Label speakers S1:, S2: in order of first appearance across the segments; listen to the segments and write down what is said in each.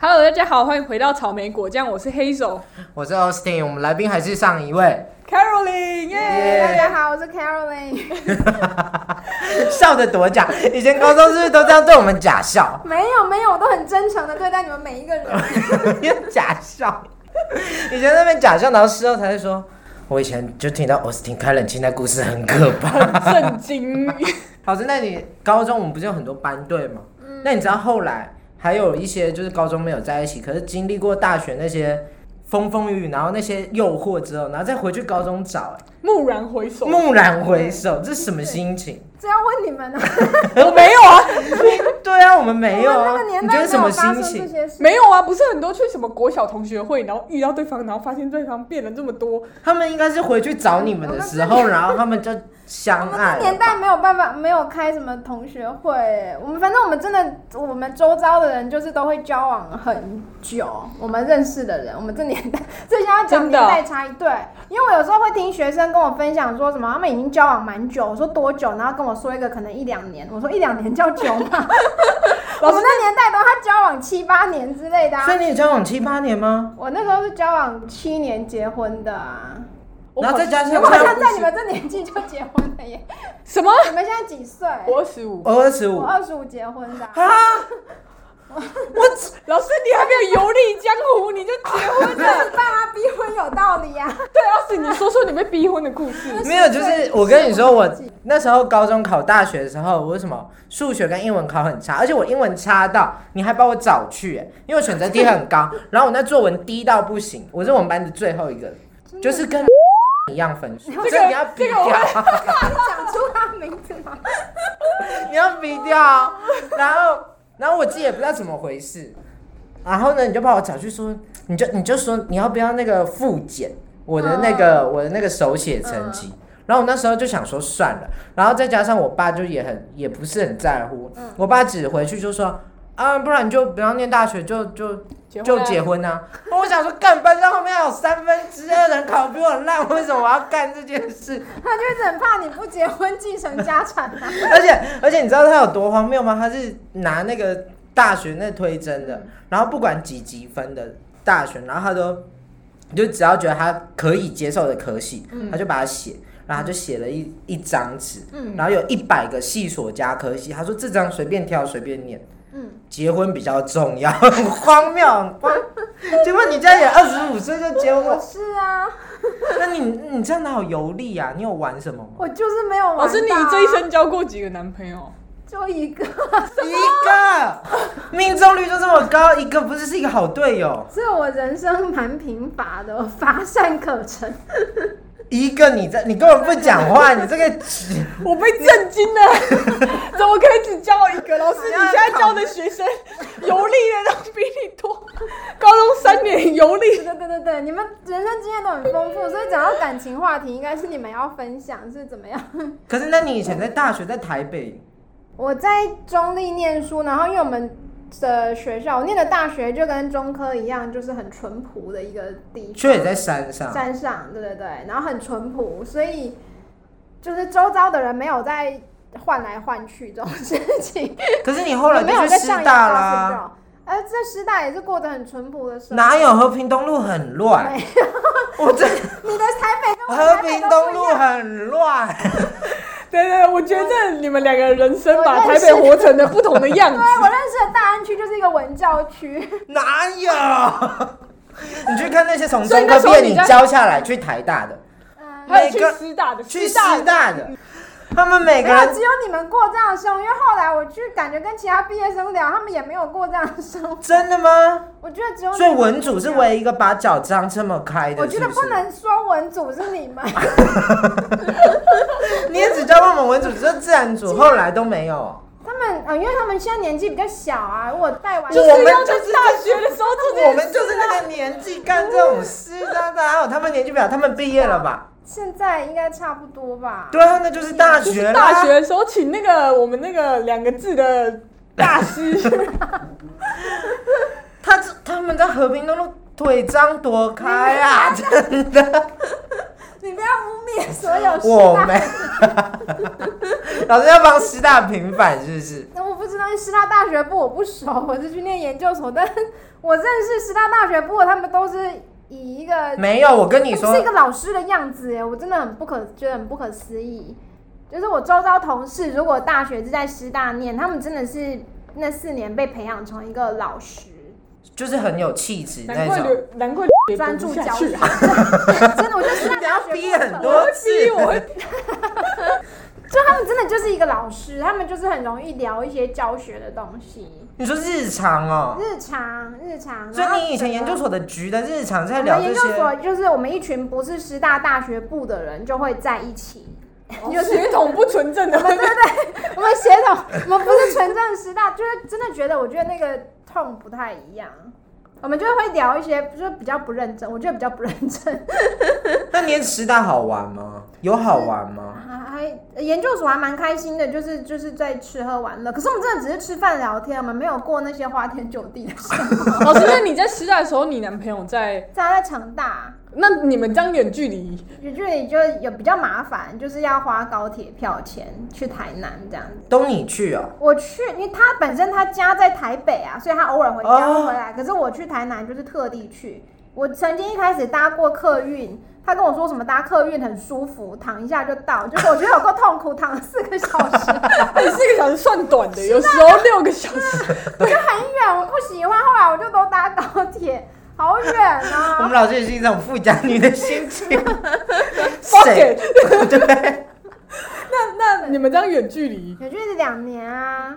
S1: Hello，大家好，欢迎回到草莓果酱，我是黑手
S2: 我是 Austin，我们来宾还是上一位，
S1: Caroline，耶、
S2: 耶
S3: 大家好，我是 Caroline。
S2: 笑得多假。以前高中是不是都这样对我们假笑？
S3: 没有没有，我都很真诚的对待你们每一个人。
S2: 假笑。以前那边假笑，然后事后才会说，我以前就听到 Austin 开冷气那故事很可怕。
S1: 很震惊，
S2: 老师，那你高中我们不是有很多班队吗？那你知道后来还有一些就是高中没有在一起，可是经历过大学那些风风雨雨，然后那些诱惑之后，然后再回去高中找、哎
S1: 蓦然回首，
S2: 蓦然回首，这是什么心情？
S3: 这要问你们啊，
S1: 我没有啊，
S2: 对啊，我们没有
S3: 我
S2: 啊
S3: 们那个，年
S2: 你觉
S3: 代
S2: 得
S3: 没
S2: 什
S3: 有
S2: 么
S3: 发生
S2: 心
S3: 这
S2: 情？
S3: 些事。
S1: 没有啊，不是很多去什么国小同学会，然后遇到对方，然后发现对方变了这么多，
S2: 他们应该是回去找你们的时候，然后他们就
S3: 我
S2: 相
S3: 们
S2: 爱
S3: 那年
S2: 了。
S3: 代没有办法，没有开什么同学会、我们反正我们真的，我们周遭的人就是都会交往很久。我们认识的人，我们这年代，这现在讲
S1: 真
S3: 年
S1: 的哦
S3: 代差异。对，因为我有时候会听学生跟我分享说什么，他们已经交往蛮久。我说多久？然后跟我说一个可能一两年。我说一两年叫久吗？ 我
S1: 老师
S3: 们那年代都他交往七八年之类的、啊。
S2: 所以你有交往七八年吗？
S3: 我那时候是交往七年结婚的啊，
S1: 我
S2: 然后再加上
S3: 我好像
S2: 不
S3: 在
S2: 是
S3: 你们这年纪就结婚了耶。
S1: 什么？
S3: 你们现在几岁？
S1: 我二十五，
S2: 我二十五
S3: 我，二十五结婚的啊、
S2: 啊！
S1: 老师你还没有游历江湖你就结婚
S3: 但
S1: 了，
S3: 是爸妈逼婚有道理啊呀、
S1: 对，老师你说说你被逼婚的故事，
S2: 没有，就是我跟你说，我那时候高中考大学的时候，我为什么数学跟英文考很差，而且我英文差到你还把我找去、欸，因为我选择题很 高，然后我那作文低到不行，我是我们班的最后一个，就是跟一样分数，
S1: 个
S2: 这个你要比
S1: 这个我
S2: 掉，
S3: 你讲出他名字吗？
S2: 你要比掉哦，然后然后我自己也不知道怎么回事，然后呢你就把我找去说，你就你就说你要不要那个复检我的那个、
S1: 嗯
S2: 我的那个手写成绩。然后我那时候就想说算了，然后再加上我爸就也很也不是很在乎，
S1: 嗯
S2: 我爸只回去就说啊，不然你就不要念大学，就就
S1: 结婚
S2: 就
S1: 啊
S2: 结婚啊！我想说，干班上后面还有三分之二人考比我烂，为什么我要干这件事？
S3: 他就是很怕你不结婚继承家产啊。
S2: 而且而且你知道他有多荒谬吗？他是拿那个大学那推甄的，然后不管几级分的大学，然后他都你就只要觉得他可以接受的科系，他就把它写。然后他就写了一一张纸，然后有一百个系所加科系，他说这张随便挑随便念，
S3: 嗯
S2: 结婚比较重要， 很荒谬，很荒。结果你这样也二十五岁就结婚
S3: 我
S2: 了，
S3: 是啊，
S2: 那你你这样哪有游历啊？你有玩什么吗？
S3: 我就是没有玩到啊。
S1: 老师你这一生交过几个男朋友？
S3: 就一个，
S2: 一个命中率就这么高，一个不是是一个好队友，
S3: 所以我人生蛮贫乏的，我乏善可陈。
S2: 一个你在你根本不讲话，你这个纸
S1: 我被震惊了，怎么可以只教一个？老师，你现在教的学生游历的都比你多，高中三年游历
S3: 对。对对对对，你们人生经验都很丰富，所以讲到感情话题，应该是你们要分享是怎么样。
S2: 可是那你以前在大学在台北，
S3: 我在中立念书，然后因为我们的学校，我念的大学就跟中科一样，就是很淳朴的一个地
S2: 却也在山上，
S3: 山上，对对对，然后很淳朴，所以就是周遭的人没有在换来换去这种事情，
S2: 可是你后来
S3: 没有
S2: 就
S3: 在
S2: 去师
S3: 上一
S2: 大
S3: 高
S2: 啦，
S3: 中。而呃这师大也是过得很淳朴的生活，
S2: 哪有和平东路很乱？我这
S3: 你的台北跟我的
S2: 和
S3: 台北
S2: 平
S3: 都
S2: 东
S3: 不一
S2: 路
S3: 样
S2: 很乱，
S1: 对对，我觉得你们两个人生把
S3: 我
S1: 台
S3: 认识
S1: 北活成了不同的样子。
S3: 对我认识的大安区就是一个文教区，
S2: 哪有？你去看那些从
S1: 所以
S2: 中
S1: 那
S2: 科
S1: 时候
S2: 毕业
S1: 你
S2: 你
S1: 在
S2: 教下来去台大的，
S3: 嗯，
S1: 还有去
S2: 每个
S1: 师大的，
S2: 去师
S1: 大的
S2: 大的，他们每
S3: 没
S2: 个
S3: 有，
S2: 人
S3: 只有你们过这样的生活，因为后来我去感觉跟其他毕业生聊，他们也没有过这样的生活。
S2: 真的吗？
S3: 我觉得只有你们
S2: 所以文组是唯一一个把脚张这么开的，
S3: 我觉得
S2: 是
S3: 不
S2: 是
S3: 能说文组是你们，
S2: 你也只教过我们文组，只有自然组后来都没有。
S3: 他们呃，因为他们现在年纪比较小啊，我带完
S1: 就是
S2: 我们
S1: 要在
S2: 就是
S1: 大学的时候做这件事
S2: 我们就是那个年纪干这种事的，哪有他们年纪表？他们毕业了吧？
S3: 现在应该差不多吧。
S2: 对啊，那就是大学啦。
S1: 大学的时候请那个我们那个两个字的大 师，
S2: 他 这他们在和平东路腿张多开啊！真的，
S3: 你不要污蔑所有师
S2: 我
S3: 大。
S2: 没， 老师要帮师大平反是不是？
S3: 那我不知道，因为师大大学部我不熟，我是去念研究所，但是我认识师大大学部的，他们都是以一个
S2: 没有，我跟你
S3: 他
S2: 说
S3: 们是一，个老师的样子耶，我真的很不可觉得很不可思议。就是我周遭同事，如果大学是在师大念，他们真的是那四年被培养成一个老师，
S2: 就是很有气质那
S1: 难怪
S2: 种。
S1: 留难怪也读
S3: 专
S1: 不
S3: 注
S1: 下
S3: 教
S1: 去
S3: 学。
S1: 啊，
S3: 真的，我觉得师大
S2: 你要
S3: 大学
S2: 逼
S3: 部
S2: 很多次，
S1: 逼我 会
S3: 就他们真的就是一个老师，他们就是很容易聊一些教学的东西，
S2: 你说日常哦，
S3: 日常日常。
S2: 所
S3: 然后
S2: 以你以前研究所的局的日常在
S3: 我
S2: 聊
S3: 们
S2: 这
S3: 研究
S2: 些，
S3: 所就是我们一群不是师大大学部的人就会在一起，
S1: 有血统不纯 正的会被
S3: 我们协同，我们不是纯正师大，就是真的觉得，我觉得那个痛不太一样。我们就会聊一些，就是比较不认真，我觉得比较不认真，
S2: 那你师大好玩吗？有好玩吗？
S3: 还还呃研究所还蛮开心的，就是就是在吃喝玩乐。可是我们真的只是吃饭聊天，我们没有过那些花天酒地的生活。
S1: 老师，那你在师大的时候，你男朋友在？
S3: 在在成大，
S1: 那你们这样远距 离，
S3: 远距离就有比较麻烦，就是要花高铁票钱去台南这样子。
S2: 都你去哦，
S3: 我去，因为他本身他家在台北啊，所以他偶尔回家
S2: 哦
S3: 会回来。可是我去台南就是特地去。我曾经一开始搭过客运，他跟我说什么搭客运很舒服，躺一下就到。就是我觉得有够痛苦，躺了四个小 时，
S1: 哎，四个小时算短的，有时候六个小 时。
S3: 我就很远，我不喜欢。后来我就都搭高铁，好远
S2: 我
S3: 啊！
S2: 们老师也是一种富家女的心 情。
S1: Fuck
S2: 谁？ 对，
S3: 啊
S1: 那那你们这样远距离，
S3: 远距离两年啊，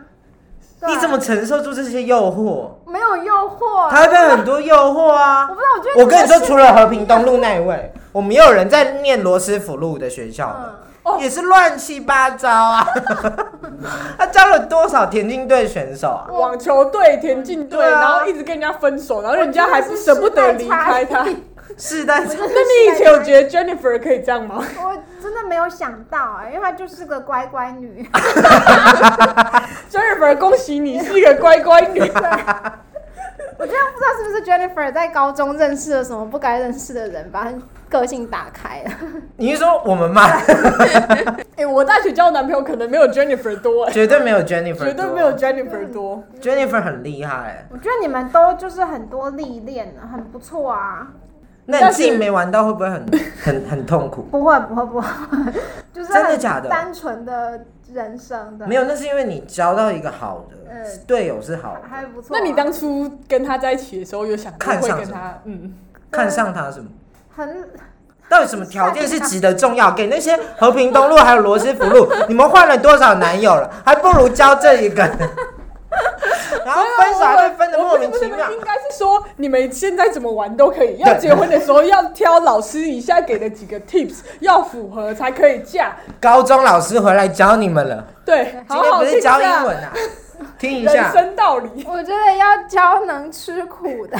S3: 对啊
S2: 你怎么承受住这些诱惑？
S3: 没有诱惑？啊
S2: 台北很多诱惑啊
S3: 我！不知道，我觉得
S2: 我跟你说，
S3: 这是
S2: 除了和平东路那一位，我们也有人在念罗斯福路的学校的，
S3: 嗯
S1: 嗯
S2: 也是乱七八糟啊！ 他教了多少田径队选手啊？
S1: 网球队、田径队，
S2: 对啊
S1: 然后一直跟人家分手，然后人家还不舍不得离开他。
S3: 我觉得是世代差
S1: 那
S3: 异
S2: 是，但是
S1: 你以前有觉得 Jennifer 可以这样吗？
S3: 我真的没有想到啊、因为她就是个乖乖女。
S1: Jennifer，恭喜你是一个乖乖女。 啊
S3: 我觉得不知道是不是 Jennifer 在高中认识了什么不该认识的人，把她个性打开了。
S2: 你是说我们吗？
S1: 哎，我大学交的男朋友可能没有 Jennifer 多，哎，
S2: 绝对没有 Jennifer，啊
S1: 绝对没有 Jennifer 多。
S2: Jennifer 很厉害。
S3: 我觉得你们都就是很多历练，很不错啊。
S2: 那你自己没玩到会不会很 很很痛苦？
S3: 不会不会不会，就是
S2: 真的
S3: 很
S2: 假的
S3: 单纯的人生的，
S2: 没有，那是因为你交到一个好的
S3: 嗯
S2: 队友是好的，
S3: 还不错啊、
S1: 那你当初跟他在一起的时候，有想过
S2: 看
S1: 会
S2: 上
S1: 跟
S2: 什
S1: 他？嗯，
S2: 看上他什么？
S3: 很
S2: 到底什么条件是值得重要？给那些和平东路还有罗斯福 路，你们换了多少男友了？还不如交这一个。然后啊分手还会分的莫
S1: 啊我
S2: 名其
S1: 不是
S2: 妙
S1: 不是。应该是说你们现在怎么玩都可以，要结婚的时候要挑老师以下给的几个 tips，要符合才可以嫁。
S2: 高中老师回来教你们了，
S1: 对，
S2: 今
S1: 好
S2: 天
S1: 好
S2: 不
S1: 听
S2: 是
S1: 一
S2: 教
S1: 下
S2: 英 文啊？听一
S1: 人
S2: 下，
S1: 生道理。
S3: 我觉得要教能吃苦的，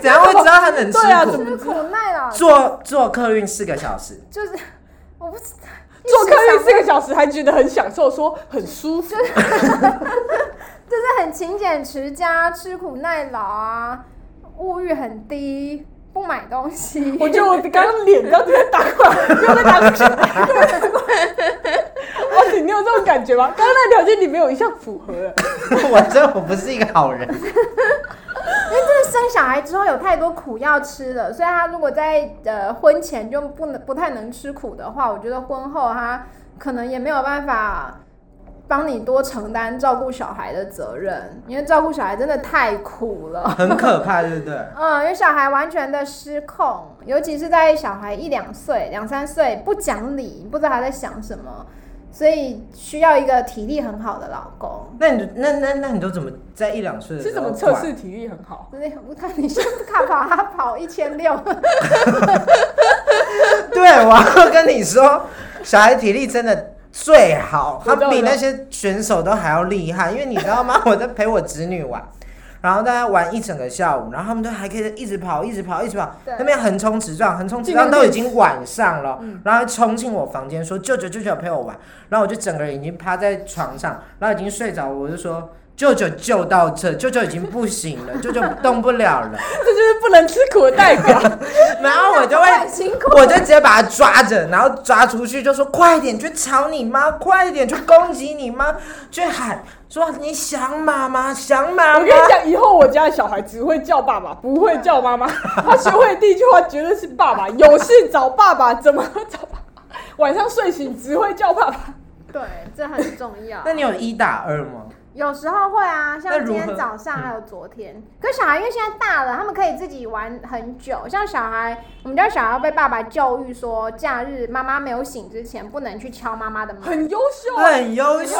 S2: 怎样会知道他能吃
S1: 对啊怎
S2: 苦
S1: 么？
S3: 吃苦耐劳，
S2: 坐坐客运四个小时，
S3: 就是我不知道
S1: 做客
S3: 一
S1: 运
S3: 时
S1: 四个小时还觉得很享受，说很舒 服。
S3: 就是很勤俭持家、吃苦耐劳啊，物欲很低，不买东西。
S1: 我觉得我刚刚脸都在打过来，又在打过 去，又在打过来。而且你有这种感觉吗？刚刚那条件你没有一项符合了。
S2: 我真的我不是一个好人。
S3: 因为真的 生小孩之后有太多苦要吃了，所以他如果在呃婚前就不能不太能吃苦的话，我觉得婚后他可能也没有办法帮你多承担照顾小孩的责任，因为照顾小孩真的太苦了。
S2: 很可怕，对不对？
S3: 嗯，因为小孩完全的失控，尤其是在小孩一两岁、两三岁不讲理，不知道他在想什么，所以需要一个体力很好的老公。
S2: 那你那那那你都怎么在一两岁的
S1: 是
S2: 时
S1: 怎
S2: 候
S1: 么测试体力很好？
S3: 就是我看你是看跑他跑一千六，
S2: 管？ 对，我要跟你说，小孩体力真的最好，
S1: 我
S2: 他
S1: 知道
S2: 比那些选手都还要厉害。因为你知道吗？我 在陪我侄女玩，然后大家玩一整个下午，然后他们都还可以一直跑，一直跑，一直跑
S3: 对，
S2: 那边横冲直撞，横冲直
S1: 尽量
S2: 撞
S1: 练
S2: 都已经晚上了，
S1: 嗯
S2: 然后冲进我房间说：“舅舅，舅舅陪我玩。”然后我就整个人已经趴在床上，然后已经睡着，我就说。舅舅救到这，舅舅已经不行了，舅舅动不了 了。
S1: 这就是不能吃苦的代表。
S2: 然后我就
S3: 真的
S2: 会
S3: 很辛 苦，
S2: 我就直接把他抓着，然后抓出去，就说快点去吵你妈，快点去攻击你妈，去喊说你想妈妈，想妈
S1: 我
S2: 妈
S1: 跟。你讲，以后我家的小孩只会叫爸爸，不会叫妈妈。他学会第一句话绝对是爸爸，有事找爸爸，怎么找爸爸？晚上睡醒只会叫爸爸。
S3: 对，这很重要
S2: 那。你有一打二 吗？
S3: 有时候会啊，
S2: 那
S3: 像
S2: 如
S3: 今天
S2: 何嗯
S3: 早上还有昨天。可小孩因为现在大了，他们可以自己玩很久。像小孩，我们家小孩被爸爸教育说，假日妈妈没有醒之前不能去敲妈妈的门。
S1: 很优秀啊，
S2: 很优秀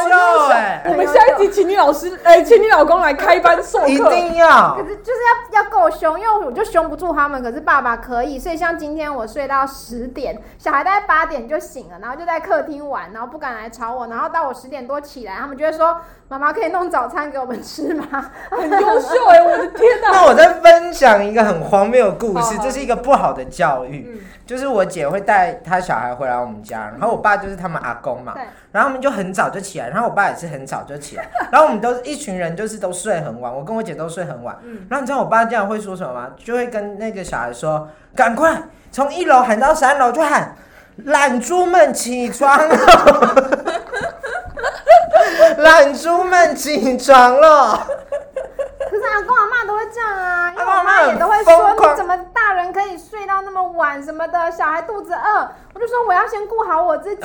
S2: 哎、
S1: 我们下一集请你老师，哎、请你老公来开班授
S2: 一
S1: 课。
S2: 定 要
S3: 可。是就是要要够凶，因为我就凶不住他们，可是爸爸可以，所以像今天我睡到十点，小孩大概八点就醒了，然后就在客厅玩，然后不敢来吵我，然后到我十点多起来，他们就会说：“妈妈可以弄早餐给我们吃吗
S1: 很优秀哎、我的天哪、
S2: 那我再分享一个很荒谬的故
S1: 好
S2: 事，
S1: 好
S2: 这是一个不好的教育，
S1: 嗯
S2: 就是我姐会带她小孩回来我们家，然后我爸就是他们阿公？”嘛，
S3: 对，
S2: 然后他们就很早就起来，然后我爸也是很早就起来，然后我们都是一群人，就是都睡很晚，我跟我姐都睡很晚。然后你知道我爸这样会说什么吗？就会跟那个小孩说：“赶快从一楼喊到三楼，就喊懒猪们起床了， 懒猪们起床了。
S3: 可是阿公阿妈都会这样啊，因为
S2: 阿公阿
S3: 我
S2: 嬷
S3: 妈也都会
S2: 很疯
S3: 说
S2: 狂
S3: 你怎么大人可以睡到那么晚什么的，小孩肚子饿，我就说我要先顾好 我自己。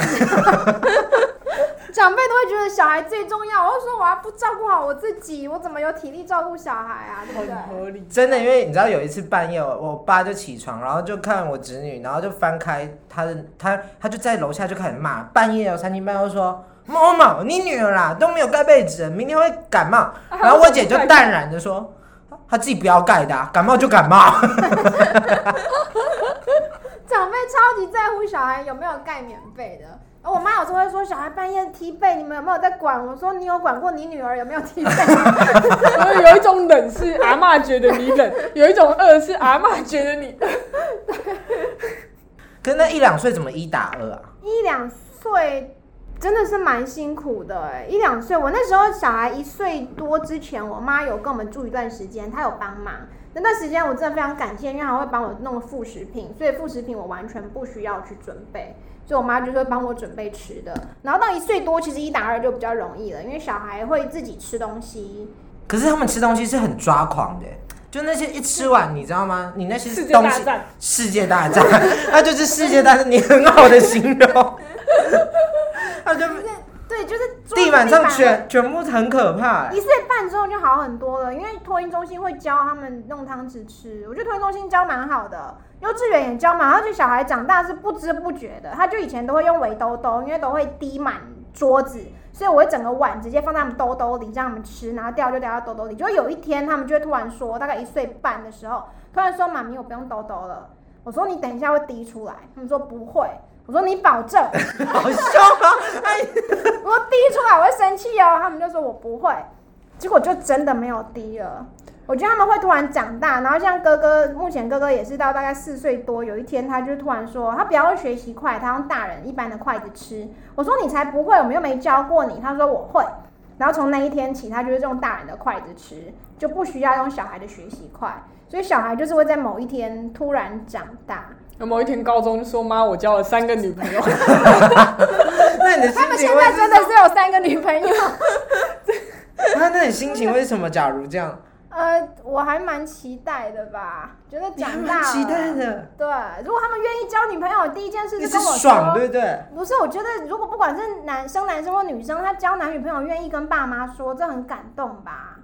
S3: 长辈都会觉得小孩最重要，我就说我要不照顾好我自己，我怎么有体力照顾小孩啊？对不对
S1: 很？合理，”
S2: 真的，因为你知道有一次半夜，我我爸就起床，然后就看我侄女，然后就翻开他的他他就在楼下就开始骂，半夜哦三更半夜就说。某某，你女儿啦都没有盖被子，明天会感冒。
S1: 啊
S2: 然后我姐就淡然的说：“她自己不要盖的、啊，感冒就感冒。
S3: 长辈超级在乎小孩有没有盖棉被的。而我妈有时候会说小孩半夜踢被，你们有没有在管？我说你有管过你女儿有没有踢被？
S1: 所以有一种冷是阿嬷觉得你冷，有一种饿是阿嬷觉得你饿。”
S2: 可是那一两岁怎么一打二啊？
S3: 一两岁真的是蛮辛苦的哎、一两岁，我那时候小孩一岁多之前，我妈有跟我们住一段时间，她有帮忙。那段时间我真的非常感谢，因为她会帮我弄副食品，所以副食品我完全不需要去准备，所以我妈就是会帮我准备吃的。然后到一岁多，其实一打二就比较容易了，因为小孩会自己吃东西，
S2: 可是他们吃东西是很抓狂的，就那些一吃完，你知道吗？你那些
S1: 世界
S2: 东
S1: 大
S2: 西
S1: 战，
S2: 世界大战， 那就是世界大战，你很好的形容。 他就
S3: 就是对，就是桌子
S2: 地板上
S3: 会
S2: 全全部很可 怕欸，
S3: 一岁半之后就好很多了，因为托婴中心会教他们弄汤匙吃，我觉得托婴中心教蛮好的，幼稚园也教嘛。而且小孩长大是不知不觉的，他就以前都会用围兜兜，因为都会滴满桌子，所以我会整个碗直接放在他们兜兜里，让他们吃，然后掉就掉到兜兜里。就有一天他们就会突然说，大概一岁半的时候，突然说：“妈咪，我不用兜兜了。”我说：“你等一下会滴出来。”他们说：“不会。”我说：“你保证。”
S2: 好凶啊！哎，
S3: 我滴出来我会生气哦。他们就说我不会，结果就真的没有滴了。我觉得他们会突然长大，然后像哥哥，目前哥哥也是到大概四岁多，有一天他就突然说他比较会学习筷，他用大人一般的筷子吃。我说你才不会，我们又没教过你。他说我会。然后从那一天起，他就是用大人的筷子吃，就不需要用小孩的学习筷。所以小孩就是会在某一天突然长大。
S1: 那某一天高中就说妈，我交了三个女朋友，
S2: 那你的心
S3: 他们
S2: 情
S3: 现
S2: 会
S3: 在
S2: 是
S3: 真的是有三个女朋友。
S2: 啊那那你心情为什么？假如这样，
S3: 呃，我还蛮期待的吧，觉得长大
S2: 蛮
S3: 了
S2: 期待。的，
S3: 对，如果他们愿意交女朋友，第一件事
S2: 你
S3: 就是跟我
S2: 爽
S3: 说。
S2: 对不对？
S3: 不是，我觉得如果不管是男生、男生或女生，他交男女朋友愿意跟爸妈说，这很感动吧？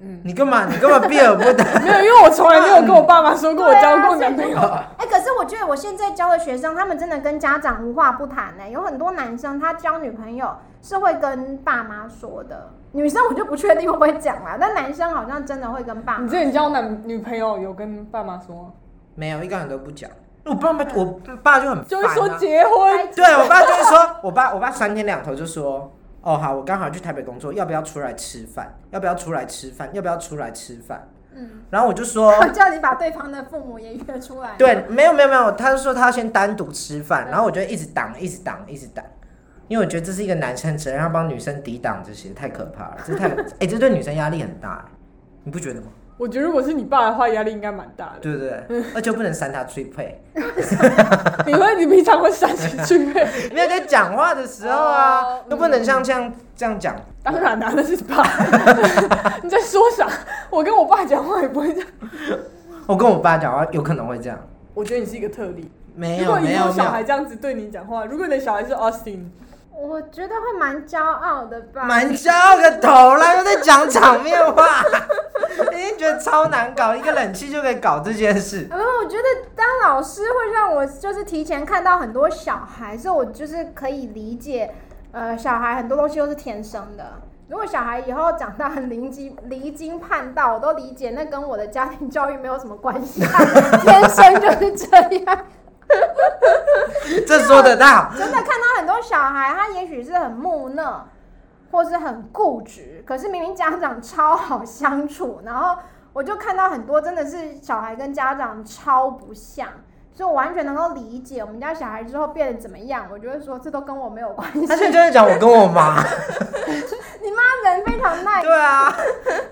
S3: 嗯
S2: 你干嘛？你干嘛避而不谈？
S1: 没有，因为我从来没有跟我爸妈说过我交过男朋友。
S3: 哎、可是我觉得我现在教的学生，他们真的跟家长无话不谈呢、有很多男生他交女朋友是会跟爸妈说的，女生我就不确定会不会讲啦，但男生好像真的会跟爸妈。
S1: 你之前交男女朋友有跟爸妈说吗？
S2: 没有一个人都不讲。我爸
S3: 嗯
S2: 妈，我爸就很
S1: 就
S2: 烦、
S1: 会
S2: 啊，
S1: 说结婚，
S2: 对我爸就会说，我爸我爸三天两头就说，哦好，我刚好去台北工作，要不要出来吃饭？要不要出来吃饭？要不要出来吃饭？
S3: 嗯，
S2: 然后我就说，
S3: 我叫你把对方的父母也约出来。
S2: 对，没有没有没有，他就说他要先单独吃饭，然后我就一直挡，一直挡，一直挡。因为我觉得这是一个男生责任，要帮女生抵挡这些，太可怕了，这太 哎、这对女生压力很大、你不觉得吗？
S1: 我觉得如果是你爸的话，压力应该蛮大 的。
S2: 对不 对？而且又不能删他最配，
S1: 你会你平常会煽情去配？
S2: 因为在讲话的时候啊
S1: 哦，
S2: 都不能像这样这样讲。
S1: 当然啊啦、那是你 爸。你在说啥？我跟我爸讲话也不会这样。
S2: 我跟我爸讲话有可能会这样，
S1: 我觉得你是一个特例。
S2: 没
S1: 如
S2: 有
S1: 果以
S2: 没
S1: 后
S2: 有没
S1: 小
S2: 有
S1: 孩，这样子对你讲话，如果你的小孩是哦 Austin，
S3: 我觉得会蛮骄傲的
S1: 啊
S3: 吧。
S2: 蛮骄傲个头啦，又在讲场面话， 一定觉得超难搞，一个冷气就可以搞这件事。
S3: 然呃后我觉得当老师会让我就是提前看到很多小孩，所以我就是可以理解，呃，小孩很多东西都是天生的。如果小孩以后长大很离经离经叛道，我都理解，那跟我的家庭教育没有什么关系，他天生就是这样。
S2: 这 说得到，
S3: 真的看到很多小孩，他也许是很木讷，或是很固执，可是明明家长超好相处，然后我就看到很多真的是小孩跟家长超不像。所以我完全能够理解我们家小孩之后变得怎么样，我就会说这都跟我没有关系。
S2: 他现在就在讲我跟我 妈。
S3: 你妈人非常耐，
S2: 对啊，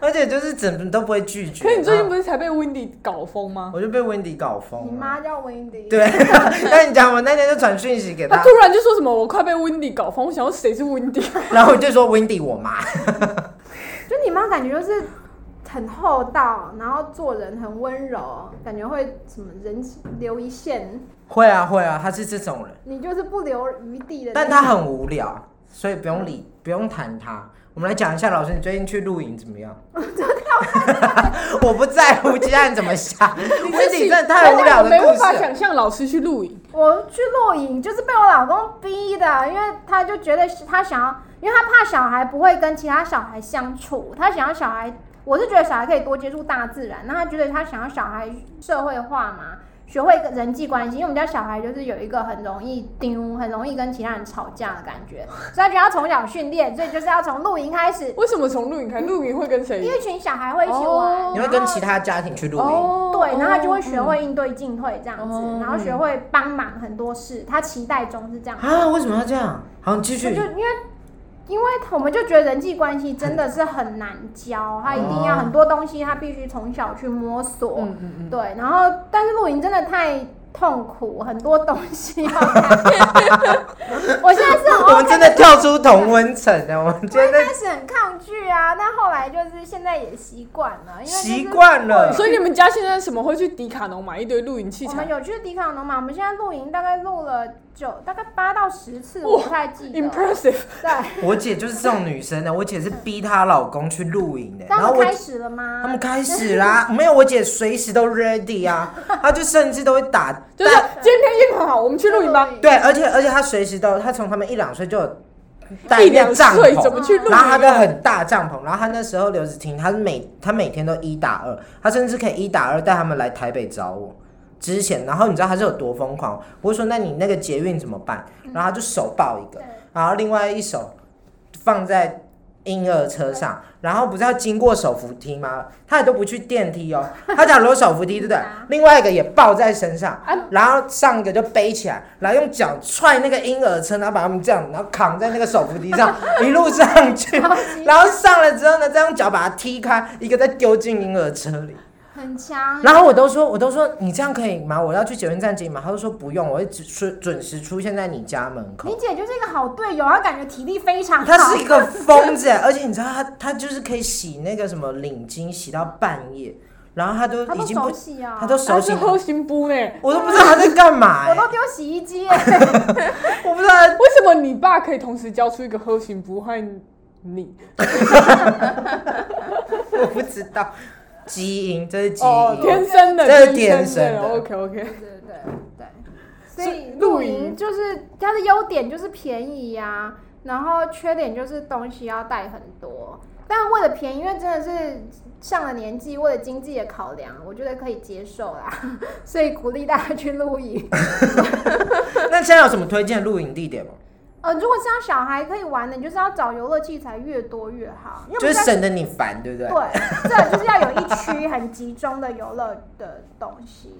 S2: 而且就是怎么都不会拒绝。
S1: 可是你最近
S2: 然后
S1: 不是才被 Wendy 搞疯吗？
S2: 我就被 Wendy 搞疯
S3: 你
S2: 了。
S3: 妈叫 Wendy。
S2: 对， 那你讲我那天就传讯息给
S1: 他
S2: 他
S1: 突，然就说什么我快被 Wendy 搞疯，我想说谁是 Wendy？
S2: 然后我就说 Wendy 我妈，
S3: 就你妈感觉就是很厚道，然后做人很温柔，感觉会什么人留一线，
S2: 会啊会啊，她是这种人，
S3: 你就是不留余地的那
S2: 但
S3: 种。
S2: 她很无聊，所以不用理，不用谈她。我们来讲一下，老师，你最近去露营怎么 样？我不在乎鸡蛋怎么想，Wendy 真的太无聊
S1: 我
S2: 的
S1: 没
S2: 故
S1: 办
S2: 事啊
S1: 法
S2: 了。
S1: 想象老师去露营，
S3: 我去露营就是被我老公逼的，因为他就觉得是他想要，因为他怕小孩不会跟其他小孩相处，他想要小孩，我是觉得小孩可以多接触大自然，那他觉得他想要小孩社会化嘛，学会人际关系，因为我们家小孩就是有一个很容易丢，很容易跟其他人吵架的感觉，所以他觉得要从小训练，所以就是要从露营开始，
S1: 为什么从露营开始？露营会跟谁？
S3: 一群小孩会一起玩，
S1: 哦
S2: 你会跟其他家庭去露营？
S1: 哦嗯
S3: 对，然后他就会学会应对进退这样子，
S1: 哦
S3: 然后学会帮忙很多事，他期待中是这样。
S2: 啊？为什么要这样？好，你继
S3: 我
S2: 续
S3: 就。因为。因为我们就觉得人际关系真的是很难教，他一定要
S2: 哦
S3: 很多东西，他必须从小去摸索。
S1: 嗯嗯嗯，
S3: 对，然后但是露营真的太痛苦，很多东西要看。我现在是很 OK,
S2: 我们真的跳出同温层了，我们
S3: 我
S2: 真
S3: 一
S2: 的
S3: 开始很抗拒啊，但后来就是现在也习惯了，因为就是
S2: 习惯了。
S1: 所以你们家现在什么会去迪卡侬买一堆露营器
S3: 我们
S1: 材
S3: 有去迪卡侬嘛？我们现在露营大概录了九，大概八到十次，我不太记 得。
S1: ？Impressive！
S3: 对，
S2: 我姐就是这种女生的，我姐是逼她老公去露营的，然
S3: 那
S2: 后
S3: 我
S2: 我
S3: 们开始了吗？
S2: 他们开始啦， 没有我姐随时都 ready 啊，她就甚至都会打，
S1: 就是今天运很好，我们去露营吧。
S2: 对，而且而且她随时都，她从他们一两岁就有带
S1: 一
S2: 个
S1: 两
S2: 帐
S1: 岁怎
S2: 篷。
S1: 么去露
S2: 然后她的
S1: 营？
S2: 很大帐篷，然后她那时候刘子婷，她是每她每天都一打二，她甚至可以一打二带他们来台北找我。之前，然后你知道她是有多疯狂？我就说那你那个捷运怎么办？然后她就手抱一个，然后另外一手放在婴儿车上，然后不是要经过手扶梯吗？他也都不去电梯哦，他假如有手扶梯对不对？另外一个也抱在身上，然后上一个就背起来，然后用脚踹那个婴儿车，然后把他们这样，然后扛在那个手扶梯上，一路上去， 然后上了之后呢，再用脚把它踢开，一个再丢进婴儿车里。
S3: 很强。
S2: 然后我都说，我都说你这样可以吗？我要去捷运站接你吗？他就说不用，我会准准时出现在你家门口
S3: 你。姐就是一个好队友，她感觉体力非啊常好。
S2: 他是一个疯子，而且你知道他，他就是可以洗那个什么领巾，洗到半夜，然后他都
S3: 她
S2: 已
S3: 都
S2: 经
S3: 手
S2: 不，
S3: 洗啊，
S2: 他都手
S1: 他是
S2: 醒，
S1: 后心不呢？
S2: 我都不知道他在干嘛、
S3: 我
S2: 欸，
S3: 都丢洗衣机耶。
S2: 我不知道他
S1: 为什么你爸可以同时教出一个后心不和你？
S2: 我不知道基因，这是基因，
S1: 哦，天生的，
S2: 这是
S1: 天
S2: 天生
S1: 的。
S2: 的
S1: OK OK，
S3: 对对对对，
S1: 所
S3: 所
S1: 以
S3: 以
S1: 露
S3: 露
S1: 营
S3: 营就是它的优点就是便宜呀、然后缺点就是东西要带很多。但为了便宜，因为真的是上了年纪，为了经济的考量，我觉得可以接受啦， 所以鼓励大家去 露营。
S2: 那现在有什么推荐露营地点吗？
S3: 呃，如果是要小孩可以玩的，你就是要找游乐器材越多越好，因为我
S2: 就
S3: 们
S2: 是
S3: 家
S2: 省得你烦， 对不对？
S3: 对，这就是要有一区很集中的游乐的东西。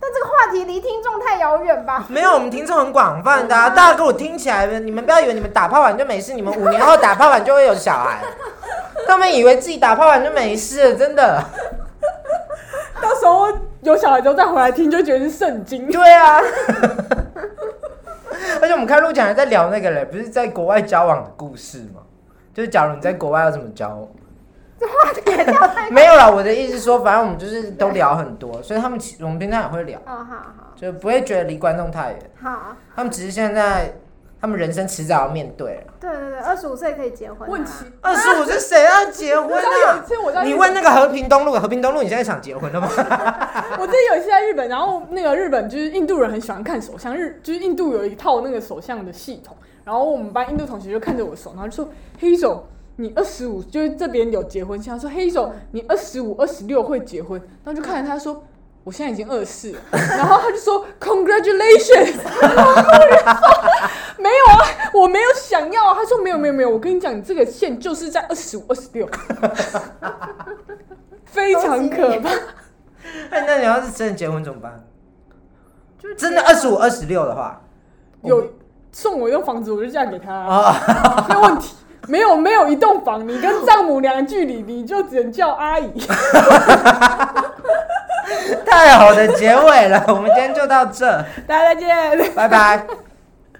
S3: 但这个话题离听众太遥远吧？
S2: 没有，我们听众很广泛的、啊，大家给我听起来，你们不要以为你们打炮完就没事，你们五年后打炮完就会有小孩，他们以为自己打炮完就没事，真的。
S1: 到时候有小孩之后再回来听，就觉得是圣经。
S2: 对啊， 而且我们开录讲还在聊那个嘞，不是在国外交往的故事吗？就是假如你在国外要怎么交往？
S3: 这话题也跳太……
S2: 没有啦，我的意思是说，反正我们就是都聊很多，所以他们其我们平常也会聊，
S3: 哦，好
S2: 就不会觉得离观众太远。
S3: 好好，
S2: 他们只是现在，他们人生迟早要面对了。
S3: 对对对，二十五岁可以结婚、啊。
S1: 问题，
S2: 二十五是谁要结婚
S1: 我知道有
S2: 啊
S1: 一？次我在
S2: 你
S1: 日
S2: 问那个和平东路，和平东路，你现在想结婚了吗？
S1: 我之前有一次在日本，然后那个日本就是印度人很喜欢看手相，日就是印度有一套那个手相的系统。然后我们班印度同学就看着我手，然后就说：“黑手，你二十五，就是这边有结婚信。”他说：“黑手，你二十五、二十六会结婚。”然后就看着他说：“我现在已经二四了。” 然后他就说：“Congratulations！” 没有啊，我没有想要啊。他说：“没有，没有，没有。我跟你讲，你这个线就是在二十五、二十六， 非常可怕。”
S2: 哎那你要是真的结婚怎么办？
S3: 就是
S2: 真的二十五、二十六的话，
S1: 有送我一栋房子，我就嫁给他、啊。
S2: 啊，
S1: 没有问题，没有没有一栋房，你跟丈母娘的距离，你就只能叫阿 姨。
S2: 太好的结尾了，我们今天就到这，
S1: 大家再见。
S2: 拜拜。